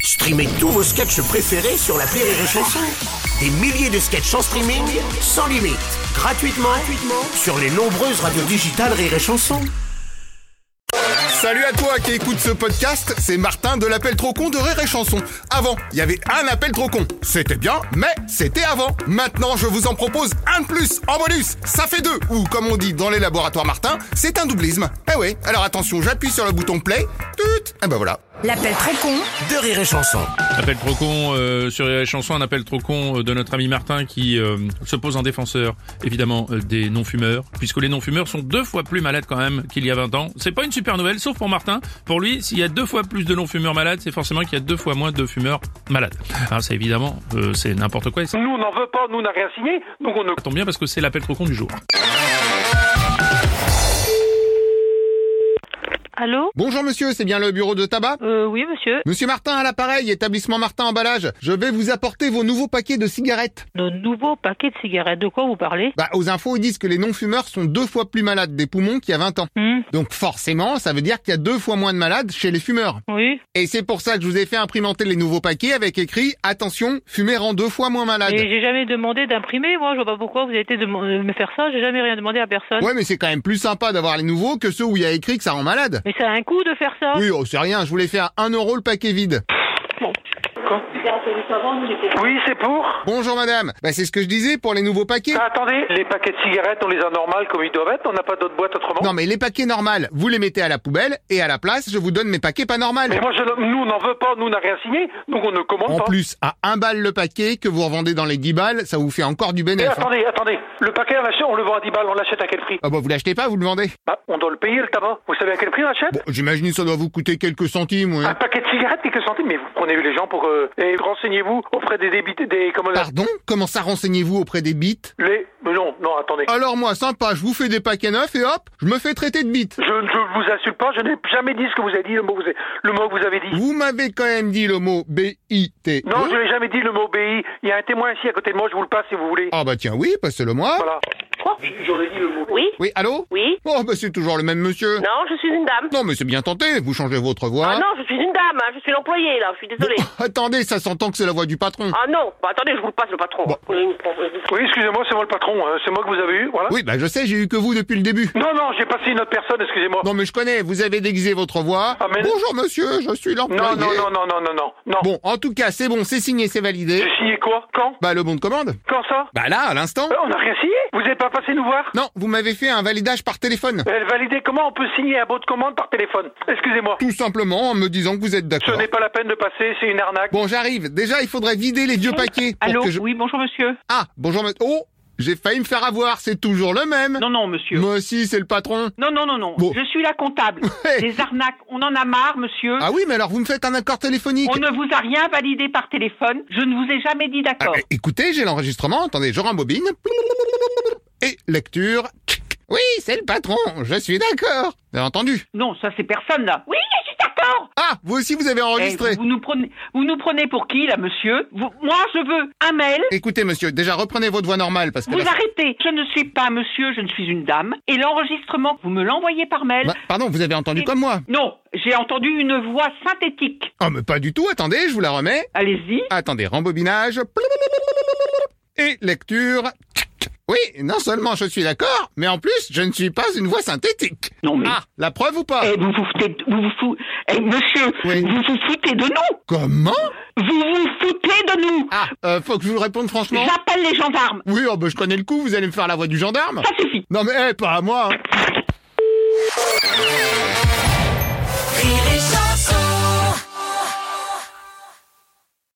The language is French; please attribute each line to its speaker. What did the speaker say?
Speaker 1: Streamez tous vos sketchs préférés sur la Rire et Chanson. Des milliers de sketchs en streaming, sans limite, gratuitement, gratuitement sur les nombreuses radios digitales Rire et Chanson.
Speaker 2: Salut à toi qui écoute ce podcast, c'est Martin de l'appel trop con de Rire et Chanson. Avant, il y avait un appel trop con. C'était bien, mais c'était avant. Maintenant, je vous en propose un de plus en bonus. Ça fait deux, ou comme on dit dans les laboratoires Martin, c'est un doublisme. Eh ouais, alors attention, j'appuie sur le bouton play. Tut Eh ben voilà.
Speaker 3: L'appel très con
Speaker 1: De Rire et Chanson.
Speaker 4: Appel trop con euh, sur les chansons, un appel trop con euh, de notre ami Martin qui euh, se pose en défenseur, évidemment, euh, des non-fumeurs, puisque les non-fumeurs sont deux fois plus malades quand même qu'il y a 20 ans. C'est pas une super nouvelle, sauf pour Martin. Pour lui, s'il y a deux fois plus de non-fumeurs malades, c'est forcément qu'il y a deux fois moins de fumeurs malades. Hein, c'est évidemment, euh, c'est n'importe quoi. Et ça
Speaker 5: Nous, on n'en veut pas, nous, on n'a rien signé, donc on ne
Speaker 4: tombe bien parce que c'est l'appel trop con du jour.
Speaker 6: Allô
Speaker 2: Bonjour monsieur, c'est bien le bureau de tabac
Speaker 6: Euh, oui, monsieur.
Speaker 2: Monsieur Martin à l'appareil, établissement Martin Emballage, je vais vous apporter vos nouveaux paquets de cigarettes.
Speaker 6: De nouveaux paquets de cigarettes. De quoi vous parlez
Speaker 2: Bah, aux infos, ils disent que les non-fumeurs sont deux fois plus malades des poumons qu'il y a 20 ans.
Speaker 6: Hmm,
Speaker 2: Donc forcément, ça veut dire qu'il y a deux fois moins de malades chez les fumeurs.
Speaker 6: Oui.
Speaker 2: Et c'est pour ça que je vous ai fait imprimenter les nouveaux paquets avec écrit Attention, fumer rend deux fois moins malade.
Speaker 6: Et j'ai jamais demandé d'imprimer, moi. Je vois pas pourquoi vous avez été de de me faire ça. J'ai jamais rien demandé à personne.
Speaker 2: Ouais, mais c'est quand même plus sympa d'avoir les nouveaux que ceux où il y a écrit que ça rend malade.
Speaker 6: Mais ça a un coût de faire ça.
Speaker 2: Oui, oh, c'est rien, je voulais faire un euro le paquet vide.
Speaker 5: Oui, c'est pour.
Speaker 2: Bonjour madame, bah c'est ce que je disais pour les nouveaux paquets.
Speaker 5: Ah, attendez, les paquets de cigarettes, on les a normales comme ils doivent être, on n'a pas d'autres boîtes autrement.
Speaker 2: Non mais les paquets normales, vous les mettez à la poubelle et à la place, je vous donne mes paquets pas normales.
Speaker 5: Mais moi, je, nous, on n'en veut pas, nous, on n'a rien signé, donc on ne commande
Speaker 2: En
Speaker 5: pas.
Speaker 2: plus, à un balle le paquet que vous revendez dans les 10 balles, ça vous fait encore du
Speaker 5: Et
Speaker 2: bénéfice.
Speaker 5: Eh, attendez, attendez, le paquet, on, l'achète- on le vend à 10 balles, on l'achète à quel prix
Speaker 2: Ah bah vous l'achetez pas, vous le vendez.
Speaker 5: Bah, on doit le payer, le tabac. Vous savez à quel prix on l'achète
Speaker 2: Bon, euh. j'imagine que ça doit vous coûter quelques centimes, oui.
Speaker 5: Un paquet de cigarettes, quelques centimes, mais vous prenez les gens pour... euh, et renseignez-vous auprès des débités, des... Comment...
Speaker 2: Pardon Comment ça renseignez-vous auprès des bites
Speaker 5: Les... Mais non, non, attendez.
Speaker 2: Alors moi, sympa, je vous fais des paquets neufs et hop, je me fais traiter de bite.
Speaker 5: Je ne vous insulte pas, je n'ai jamais dit ce que vous avez dit, le mot, que vous avez- le mot que vous avez dit.
Speaker 2: Vous m'avez quand même dit le mot B-I-T-E.
Speaker 5: Non, je n'ai jamais dit le mot BI. Il y a un témoin ici à côté de moi, je vous le passe si vous voulez.
Speaker 2: Ah bah tiens, oui, passez-le moi.
Speaker 5: Voilà. J'aurais dit le mot.
Speaker 7: Oui,
Speaker 2: Oui, allô
Speaker 7: oui.
Speaker 2: Oh bah c'est toujours le même monsieur.
Speaker 7: Non, je suis une dame.
Speaker 2: Non, mais c'est bien tenté, vous changez votre voix.
Speaker 7: Ah non, je suis une dame, hein, je suis l'employée là, je suis désolée.
Speaker 2: Attendez, ça s'entend que c'est la voix du patron.
Speaker 7: Ah non, bah, attendez, je vous le passe le patron.
Speaker 5: Oui, excusez-moi, c'est moi le patron. hein. C'est moi que vous avez eu, voilà.
Speaker 2: Oui, bah je sais, j'ai eu que vous depuis le début.
Speaker 5: Non, non, j'ai passé une autre personne, excusez-moi.
Speaker 2: Non mais je connais, vous avez déguisé votre voix.
Speaker 5: Ah, mais-
Speaker 2: Bonjour monsieur, je suis
Speaker 5: Non,
Speaker 2: l'employé.
Speaker 5: non, non, non, non, non, non. non.
Speaker 2: Bon, en tout cas, c'est bon, c'est signé, c'est validé.
Speaker 5: J'ai signé quoi Quand
Speaker 2: Bah le bon de commande
Speaker 5: Quand ça
Speaker 2: Bah là, à l'instant
Speaker 5: Euh, On n'a rien signé. Vous n'êtes pas passé nous voir
Speaker 2: Non, vous m'avez fait un validage par téléphone.
Speaker 5: Elle validait comment on peut signer un mot de commande par téléphone Excusez-moi.
Speaker 2: Tout simplement en me disant que vous êtes
Speaker 5: Ce
Speaker 2: d'accord.
Speaker 5: n'est pas la peine de passer, c'est une arnaque.
Speaker 2: Bon, j'arrive. Déjà, il faudrait vider les vieux paquets. pour
Speaker 6: Allô
Speaker 2: que je-
Speaker 6: Oui, bonjour, monsieur.
Speaker 2: Ah, bonjour, monsieur. Oh, j'ai failli me faire avoir. C'est toujours le même.
Speaker 6: Non, non, monsieur.
Speaker 2: Moi aussi, c'est le patron.
Speaker 6: Non, non, non, non.
Speaker 2: Bon.
Speaker 6: Je suis la comptable.
Speaker 2: Ouais.
Speaker 6: Des arnaques, on en a marre, monsieur.
Speaker 2: Ah oui, mais alors vous me faites un accord téléphonique.
Speaker 6: on ne vous a rien validé par téléphone. Je ne vous ai jamais dit
Speaker 2: Ah,
Speaker 6: d'accord.
Speaker 2: bah, écoutez, j'ai l'enregistrement. Attendez, je rembobine. Et lecture. Oui, c'est le patron. Je suis d'accord. Vous avez entendu
Speaker 6: Non, ça, c'est personne, là. Oui, je suis d'accord
Speaker 2: Ah, vous aussi, vous avez
Speaker 6: Eh,
Speaker 2: enregistré.
Speaker 6: vous, nous prenez, vous nous prenez pour qui, là, monsieur Vous- Moi, je veux un mail.
Speaker 2: Écoutez, monsieur, déjà reprenez votre voix normale parce que.
Speaker 6: Vous
Speaker 2: là-
Speaker 6: arrêtez. Je ne suis pas un monsieur, je ne suis une dame. Et l'enregistrement, vous me l'envoyez par mail.
Speaker 2: Bah, pardon, vous avez entendu comme moi.
Speaker 6: Non, j'ai entendu une voix synthétique.
Speaker 2: Ah, mais pas du tout. Attendez, je vous la remets.
Speaker 6: Allez-y.
Speaker 2: Attendez, rembobinage. Et lecture. Oui, non seulement je suis d'accord, mais en plus, je ne suis pas une voix synthétique.
Speaker 6: Non, mais-
Speaker 2: Ah, la preuve ou pas
Speaker 6: Eh, vous vous foutez, de- vous vous fou- eh, monsieur,
Speaker 2: Oui.
Speaker 6: vous vous foutez de nous.
Speaker 2: Comment
Speaker 6: Vous vous foutez de nous.
Speaker 2: Ah, euh, faut que je vous réponde franchement.
Speaker 6: J'appelle les gendarmes.
Speaker 2: Oui, oh, bah, je connais le coup, eh, vous allez me faire la voix du gendarme.
Speaker 6: Ça suffit.
Speaker 2: Non mais, eh, pas à moi. hein.